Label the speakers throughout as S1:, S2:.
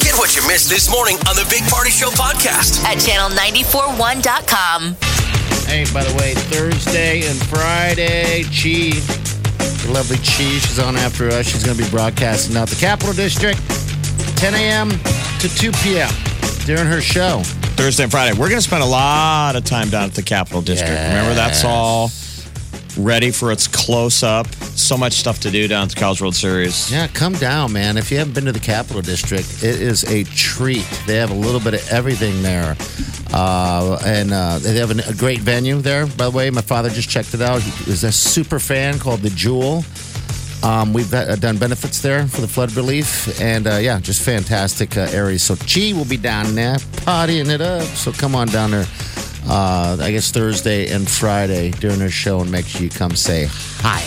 S1: Get what you missed this morning on the Big Party Show podcast.
S2: at channel941.com.
S3: Hey, by the way, Thursday and Friday, Chi, the lovely Chi, she's on after us. She's going to be broadcasting out the Capital District, 10 a.m. to 2 p.m. during her show.
S4: Thursday and Friday. We're going to spend a lot of time down at the Capitol District. Remember, that's all ready for its close up. So much stuff to do down at the College World Series.
S3: Yeah, come down, man. If you haven't been to the Capital District, it is a treat. They have a little bit of everything there. Uh, and uh, they have an, a great venue there, by the way. My father just checked it out. He is a super fan called The Jewel. Um, we've uh, done benefits there for the flood relief. And uh, yeah, just fantastic uh, areas. So Chi will be down there partying it up. So come on down there, uh, I guess Thursday and Friday during their show, and make sure you come say hi.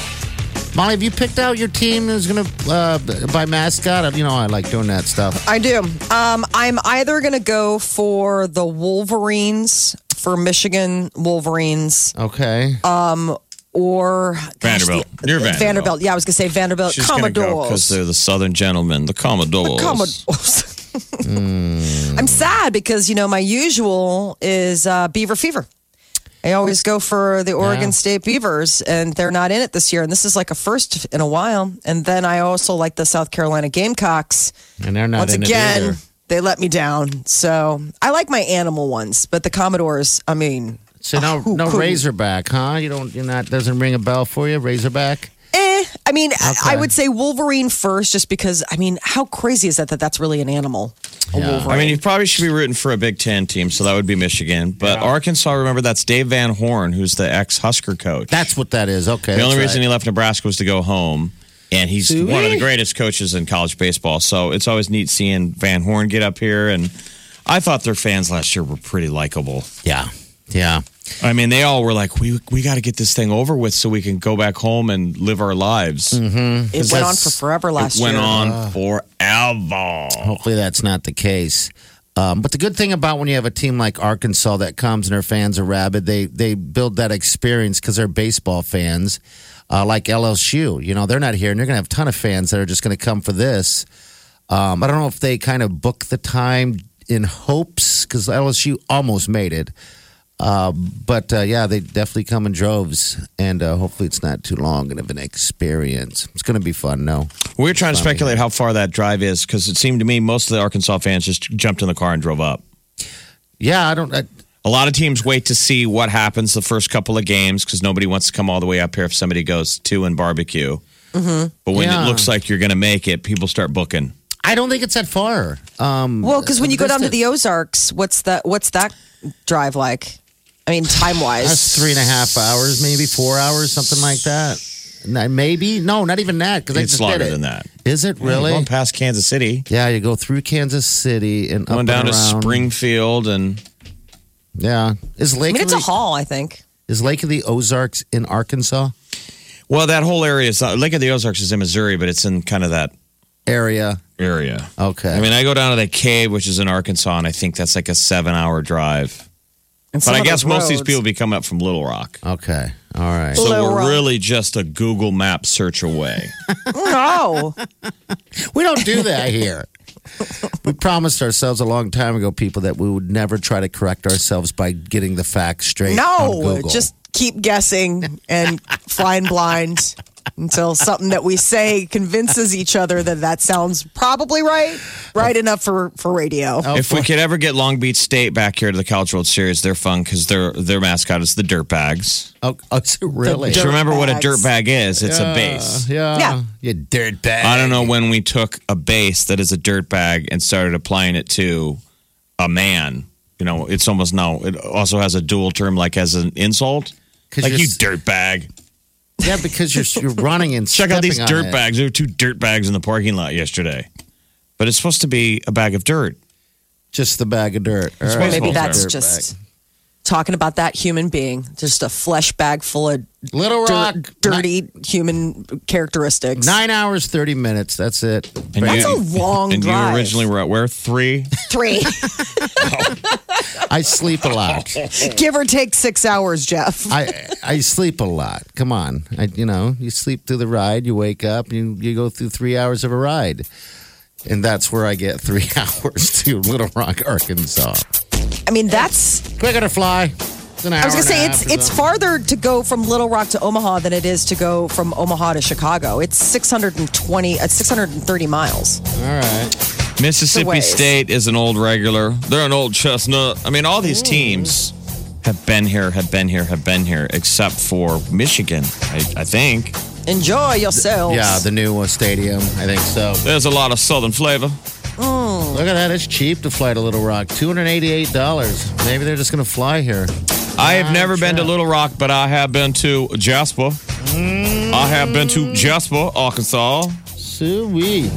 S3: Molly, have you picked out your team who's going to uh, buy mascot? You know, I like doing that stuff.
S5: I do. Um, I'm either going to go for the Wolverines, for Michigan Wolverines,
S3: Okay.
S5: Uh, or gosh,
S4: Vanderbilt.
S5: the-
S4: You're Vanderbilt.
S5: Yeah, I was going to say Vanderbilt.
S4: She's going to go because
S5: Commodores.
S4: they're the Southern gentlemen, the Commodores.
S5: Commodores. I'm sad because, you know, my usual is uh, Beaver Fever. I always go for the Oregon
S3: Yeah.
S5: State Beavers, and they're not in it this year. And this is like a first in a while. And then I also like the South Carolina Gamecocks.
S3: and they're not
S5: Once
S3: in it
S5: again,
S3: either.
S5: they let me down. So I like my animal ones, but the Commodores, I mean,
S3: So no,
S5: who
S3: no
S5: couldn't?
S3: Razorback, huh? You don't. You're not. Doesn't ring a bell for you, Razorback.
S5: eh. I mean, I, I
S3: Okay.
S5: would say Wolverine first, just because, I mean, how crazy is that that that's really an animal? A
S3: Yeah.
S5: Wolverine.
S4: I mean, you probably should be rooting for a Big Ten team, so that would be Michigan. But Arkansas, remember, that's Dave Van Horn, who's the ex Husker coach.
S3: That's what that is. Okay.
S4: the only
S3: that's
S4: reason he
S3: right.
S4: left Nebraska was to go home, and he's
S3: Do
S4: one of
S3: we?
S4: the greatest coaches in college baseball. So it's always neat seeing Van Horn get up here. And I thought their fans last year were pretty likable.
S3: Yeah. Yeah.
S4: I mean, they all were like, "We we got to get this thing over with so we can go back home and live our lives."
S5: it went on for forever last
S4: Mm-hmm. it went
S5: year.
S4: on forever.
S3: Hopefully that's not the case. Um, but the good thing about when you have a team like Arkansas that comes and their fans are rabid, they they build that experience because they're baseball fans, uh, like LSU. You know, they're not here, and they're going to have a ton of fans that are just going to come for this. Um, I don't know if they kind of book the time in hopes because LSU almost made it. Uh, but uh, yeah, they definitely come in droves, and uh, hopefully it's not too long and of an experience. It's going to be fun, no?
S4: We were trying to speculate how far that drive is because it seemed to me most of the Arkansas fans just jumped in the car and drove up.
S3: Yeah, I don't. I,
S4: A lot of teams wait to see what happens the first couple of games because nobody wants to come all the way up here if somebody goes two and barbecue. But when
S3: Mm-hmm. Yeah.
S4: it looks like you're going to make it, people start booking.
S3: I don't think it's that far. Um,
S5: Well, because when you go down to
S3: distance.
S5: the Ozarks, what's that? What's that drive like? I mean, time
S3: That's
S5: wise,
S3: three and a half hours, maybe four hours, something like that. No, Maybe no, not even that. Because I
S4: It's
S3: just did
S4: longer
S3: it.
S4: than that.
S3: Is it
S4: You're
S3: really?
S4: Going past Kansas City,
S3: yeah, you go through Kansas City and
S4: going
S3: up
S4: down
S3: and
S4: to
S3: around.
S4: Springfield, and
S3: Yeah, is
S5: I
S3: Lake
S5: mean, it's
S3: of
S5: a
S3: the,
S5: haul. I think.
S3: is Lake of the Ozarks in Arkansas
S4: Well, that whole area is not, Lake of the Ozarks is in Missouri, but it's in kind of that
S3: area?
S4: area.
S3: Okay,
S4: I mean, I go down to the cave, which is in Arkansas, and I think that's like a seven hour drive.
S5: And
S4: But
S5: some
S4: I
S5: of
S4: guess
S5: those
S4: most of these
S5: roads-
S4: people be coming up from Little Rock.
S3: okay, all right.
S4: So
S5: Little
S4: we're
S5: Rock.
S4: really just a Google map search away.
S5: No,
S3: we don't do that here. we promised ourselves a long time ago, people, that we would never try to correct ourselves by getting the facts straight. on
S5: no,
S3: Google.
S5: just keep guessing and flying blind until something that we say convinces each other that that sounds probably right,
S4: Oh.
S5: right enough for for radio.
S4: if we could ever get Long Beach State back here to the College World Series, they're fun because their their mascot is the Dirtbags.
S3: oh, oh, it's really
S4: Do you remember what a
S5: Dirtbags.
S4: dirtbag is? It's a base.
S3: Yeah.
S5: Yeah.
S3: You dirtbag.
S4: I don't know when we took a base that is a dirtbag and started applying it to a man. You know, it's almost now. It also has a dual term, like as an insult.
S3: 'Cause
S4: Like
S3: you're
S4: you
S3: s-
S4: dirtbag.
S3: Yeah, because you're you're running and
S4: Check out these
S3: stepping on
S4: dirt
S3: it.
S4: bags. There were two dirt bags in the parking lot yesterday. But it's supposed to be a bag of dirt.
S3: Just the bag of dirt. All right.
S5: Maybe
S4: Baseball
S5: that's
S4: term.
S5: just talking about that human being, just a flesh bag full of
S3: Little Rock.
S5: dirt, dirty human characteristics.
S3: Nine hours, 30 minutes. That's it.
S4: And
S3: Bang.
S5: That's a long
S4: and
S5: drive.
S4: you originally were at where three?
S5: three,
S3: I sleep a lot.
S5: give or take six hours, Jeff.
S3: I I sleep a lot. Come on, I, you know, you sleep through the ride, you wake up, you you go through three hours of a ride, and that's where I get three hours to Little Rock, Arkansas.
S5: I mean, that's
S3: Quicker to fly. It's an hour
S5: I was gonna
S3: and a
S5: say
S3: half
S5: it's
S3: or
S5: it's
S3: something.
S5: farther to go from Little Rock to Omaha than it is to go from Omaha to Chicago. It's 620, uh, 630 miles.
S3: All right,
S4: Mississippi
S5: ways.
S4: State is an old regular. They're an old chestnut. I mean, all these teams have been here, have been here, have been here, except for Michigan, I, I think.
S5: Enjoy yourselves.
S3: yeah, the new uh, stadium. I think so.
S4: There's a lot of Southern flavor.
S3: Look at that. It's cheap to fly to Little Rock. Two hundred eighty-eight dollars. Maybe they're just gonna fly here.
S4: I have never been to Little Rock, but I have been to Jasper. I have been to Jasper, Arkansas.
S3: Sweet.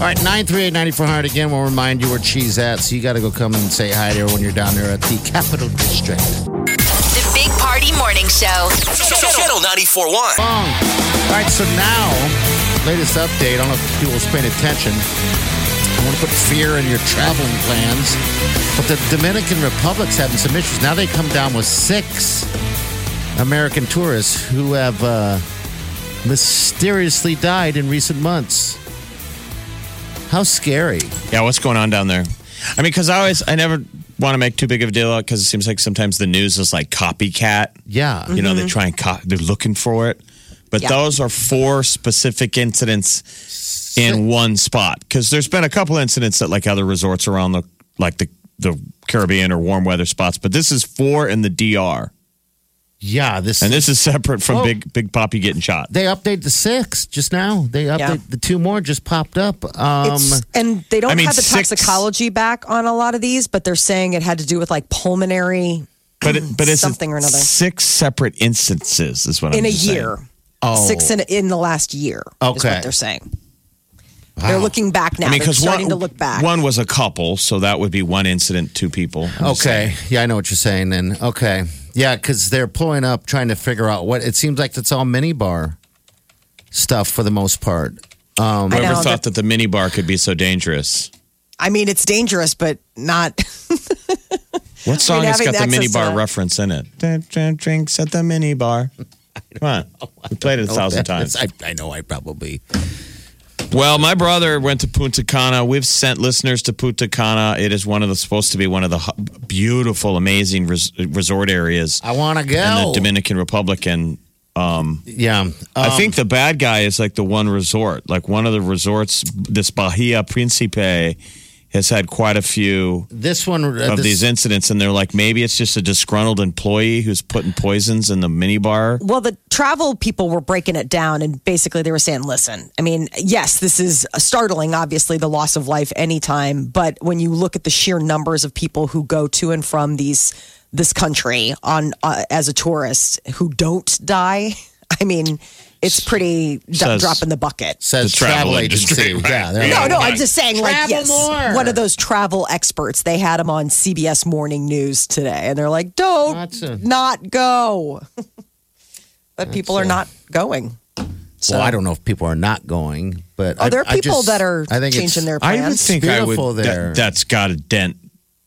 S3: All right, 938-9400. Again, we'll remind you where she's at, so you got to go come and say hi to her when you're down there at the Capital District.
S2: The Big Party Morning Show.
S1: Channel 94.1.
S3: Wrong. All right, so now, latest update. I don't know if people was paying attention. I want to put fear in your traveling plans, but the Dominican Republic's having some issues. Now they come down with six American tourists who have uh, mysteriously died in recent months. How scary.
S4: Yeah, what's going on down there? I mean, because I always, I never want to make too big of a deal out because it seems like sometimes the news is like copycat.
S3: Yeah.
S4: You know, they try and co- they're looking for it. But
S5: Mm-hmm. Yeah.
S4: those are four specific incidents in one spot because there's been a couple incidents at like other resorts around the like the the Caribbean or warm weather spots, but this is four in the DR,
S3: Yeah, this
S4: and this is separate from
S3: Oh.
S4: Big Big Poppy getting shot.
S3: they update the six just now. They update
S5: Yeah.
S3: the two more just popped up. Um
S5: It's, and they don't
S4: I mean,
S5: have the
S4: six-
S5: toxicology back on a lot of these, but they're saying it had to do with like pulmonary
S4: But it, but it's
S5: Something or another.
S4: Six separate instances is what I'm
S5: in a
S4: just saying.
S5: year.
S3: Oh.
S5: Six in, in the last year. Is
S3: Okay.
S5: what they're saying. They're looking back now.
S4: I mean,
S5: they're
S4: because
S5: starting
S4: one,
S5: to look back.
S4: one was a couple, so that would be one incident, two people. I'm just saying.
S3: Okay. Yeah, I know what you're saying then. Okay. Yeah, because they're pulling up trying to figure out what it seems like it's all minibar stuff for the most part. Um,
S5: I
S4: Whoever
S5: know,
S4: thought that the mini bar could be so dangerous.
S5: I mean, it's dangerous, but not.
S4: What song has got
S5: having
S4: the
S5: access
S4: mini
S5: to
S4: bar
S5: that.
S4: reference in it? Drink, drink, drinks at the mini bar. Come on. We played it a thousand times.
S3: I, I know I probably.
S4: Well, my brother went to Punta Cana. We've sent listeners to Punta Cana. It is one of the supposed to be one of the hu- beautiful, amazing res- resort areas
S3: I want to
S4: in
S3: go.
S4: the Dominican Republic. And
S3: yeah.
S5: Um,
S3: Um,
S4: I think the bad guy is like the one resort, like one of the resorts. This Bahia Principe has had quite a few
S3: this one.
S4: of these incidents, and they're like, maybe it's just a disgruntled employee who's putting poisons in the minibar.
S5: Well, the travel people were breaking it down, and basically they were saying, listen, I mean, yes, this is startling, obviously, the loss of life anytime, but when you look at the sheer numbers of people who go to and from these this country on uh, as a tourist who don't die, I mean, it's pretty d-
S4: Says-
S5: drop in the bucket.
S3: says
S4: the travel
S3: travel
S4: industry,
S3: agency.
S4: right?
S3: Yeah. they're
S5: No,
S3: like-
S5: no, I'm just saying, like,
S3: Travel
S5: yes,
S3: more.
S5: one of those travel experts. They had him on CBS Morning News today, and they're like, "Don't
S3: Not to-
S5: not go," but people are not going.
S3: Well, I don't know if people are not going, but
S5: Oh,
S3: I-
S5: there are
S3: I
S5: people
S3: just-
S5: that are
S3: I think it's-
S5: changing their
S4: I would
S5: plans.
S4: think I would.
S3: beautiful there.
S4: That, that's got a dent.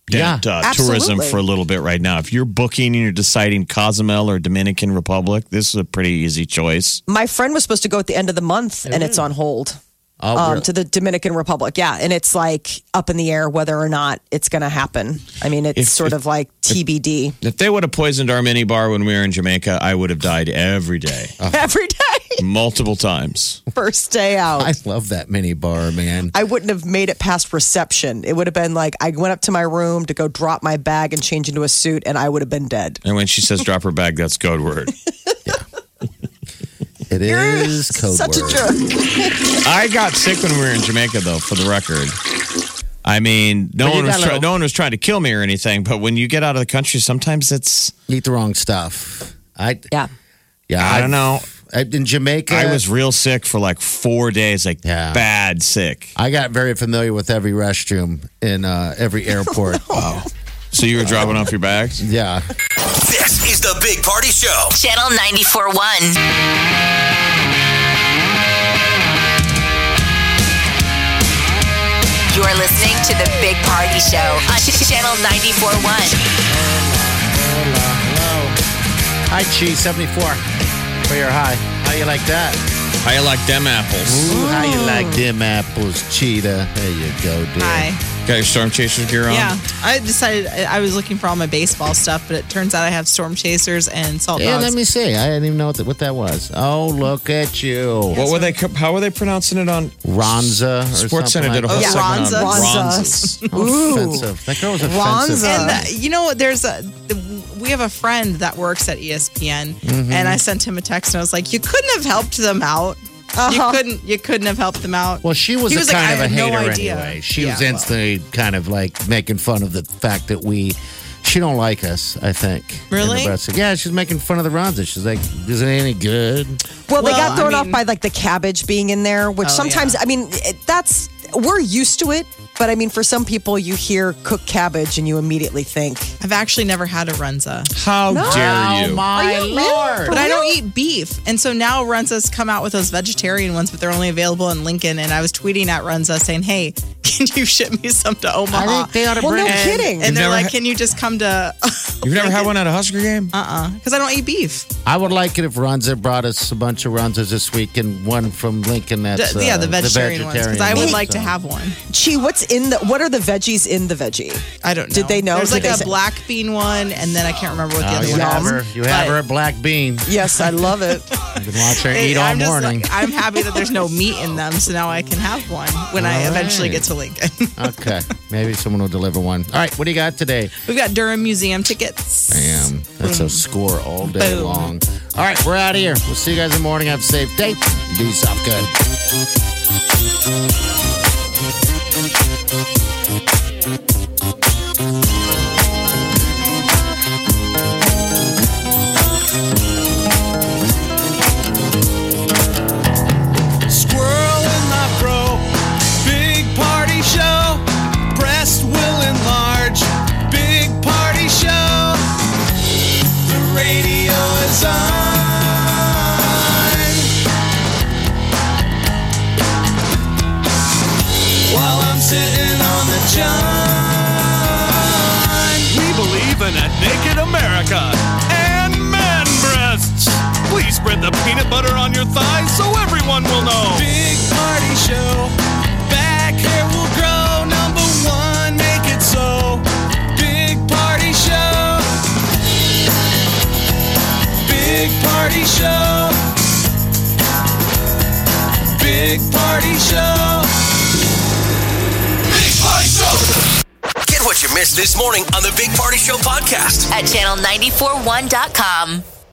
S4: Dent,
S3: Yeah.
S4: uh, tourism
S5: Absolutely.
S4: for a little bit right now. If you're booking and you're deciding Cozumel or Dominican Republic, this is a pretty easy choice.
S5: My friend was supposed to go at the end of the month, and it's on hold.
S3: Oh,
S5: um,
S3: really?
S5: to the Dominican Republic, yeah, and it's like up in the air whether or not it's going to happen. I mean, it's
S4: If-
S5: sort
S4: if-
S5: of like TBD
S4: If they would have poisoned our mini bar when we were in Jamaica, I would have died every day,
S3: Oh. Uh-huh.
S5: every day.
S4: multiple times.
S5: First day out,
S3: I love that mini bar, man.
S5: I wouldn't have made it past reception. It would have been like I went up to my room to go drop my bag and change into a suit, and I would have been dead.
S4: And when she says drop her bag, that's code word.
S3: It is code
S5: Such
S3: word.
S5: a jerk.
S4: I got sick when we were in Jamaica, though. For the record, I mean, no
S3: But you
S4: one was
S3: got a
S4: try-
S3: little-
S4: no one was trying to kill me or anything. But when you get out of the country, sometimes it's
S3: Eat the wrong stuff. I
S5: Yeah.
S3: yeah.
S4: I don't know.
S3: I- In Jamaica,
S4: I was real sick for like four days, like
S3: Yeah.
S4: bad sick.
S3: I got very familiar with every restroom in uh,
S4: Oh,
S3: every airport. Wow.
S4: So you were dropping off your bags?
S3: Yeah.
S1: This is the Big Party Show.
S2: Channel 94.1. You're listening to the Big Party Show on Channel 94.1.
S3: Hi, Chi, 74 for your high. How you like that?
S4: How you like them apples?
S3: Ooh, how you like them apples, Cheetah? There you go, dude.
S6: Hi.
S4: Got your storm chaser gear on?
S6: Yeah, I decided I I was looking for all my baseball stuff, but it turns out I have storm chasers and salt
S3: Yeah,
S6: dogs.
S3: let me see. I didn't even know what, that what that was. Oh, look at you.
S4: What were they? How were they pronouncing it on
S3: Ronza or
S4: Sports Center?
S3: something
S4: Did a whole
S3: like
S6: Yeah.
S4: segment on
S5: Ronzas.
S4: Ronzas.
S3: Oh, offensive. That girl was offensive.
S5: Ronza.
S6: and uh, you know what? There's a the- we have a friend that works at E ESPN,
S3: Mm-hmm.
S6: and I sent him a text and I was like, "You couldn't have helped them out.
S3: Uh-huh.
S6: You couldn't. You couldn't have helped them out."
S3: Well, she was,
S6: He
S3: a
S6: was like,
S3: kind
S6: "I
S3: of a
S6: had no
S3: hater
S6: idea."
S3: anyway. She was
S6: Yeah, well.
S3: instantly kind of like making fun of the fact that we. She don't like us, I think. in the
S6: Really?
S3: wrestling. Yeah, she's making fun of the Ronza. She's like, "Isn't it any good?"
S5: Well, Oh, they
S6: Well,
S5: got thrown
S6: I
S5: off
S6: mean-
S5: by like the cabbage being in there, which sometimes,
S6: yeah.
S5: I mean, it- that's, we're used to it. But I mean, for some people, you hear cooked cabbage and you immediately think,
S6: I've actually never had a runza,
S4: How dare you?
S3: Oh, my lord!
S6: but I don't eat beef, and so now runzas come out with those vegetarian ones, but they're only available in Lincoln. And I was tweeting at runza saying, "Hey, can you ship me some to Omaha?"
S3: I think they ought to
S5: well,
S3: bring.
S5: no
S3: it.
S5: kidding.
S6: And they're
S4: never
S6: like,
S4: had-
S6: "Can you just come to?"
S4: You've never had one at a Husker game?
S6: Because I don't eat beef.
S3: I would like it if Ronza brought us a bunch of Ronzas this week and one from Lincoln. That's
S6: The- yeah, the
S3: uh,
S6: vegetarian, ones. Because I would
S3: ones,
S6: like to
S3: so.
S6: have one.
S5: Chi, what's in the, what are the veggies in the veggie?
S6: I don't know.
S5: Did they know?
S6: There's
S5: Did
S6: like
S5: they
S6: a
S5: say-
S6: black bean one, and then I can't remember what the
S3: Oh,
S6: other
S3: you
S6: one
S3: have
S6: is.
S3: her. You have
S6: But-
S3: her a black bean.
S5: Yes, I love it.
S3: I've been watching her
S6: Hey,
S3: eat all
S6: I'm just
S3: morning.
S6: like- I'm happy that there's no meat in them, so now I can have one when I
S3: All
S6: eventually
S3: right.
S6: get to Lincoln.
S3: okay, maybe someone will deliver one. All right, what do you got today?
S6: We've got Durham Museum tickets.
S3: Damn, that's a score all day
S6: Boom.
S3: long. All right, we're out of here. We'll see you guys in the morning. Have a safe day. Do yourself good.
S7: Squirrel in my bro. Big party show. Breast will enlarge. Big party show. The radio is on. While I'm sitting on the john. We believe in a naked America and man breasts. Please spread the peanut butter on your thighs so everyone will know. Big party show. Back hair will grow. Number one, make it so. Big party show. Big party show. Big party show.
S1: Big Party Show. Get what you missed this morning on the Big Party Show podcast.
S2: At channel941.com.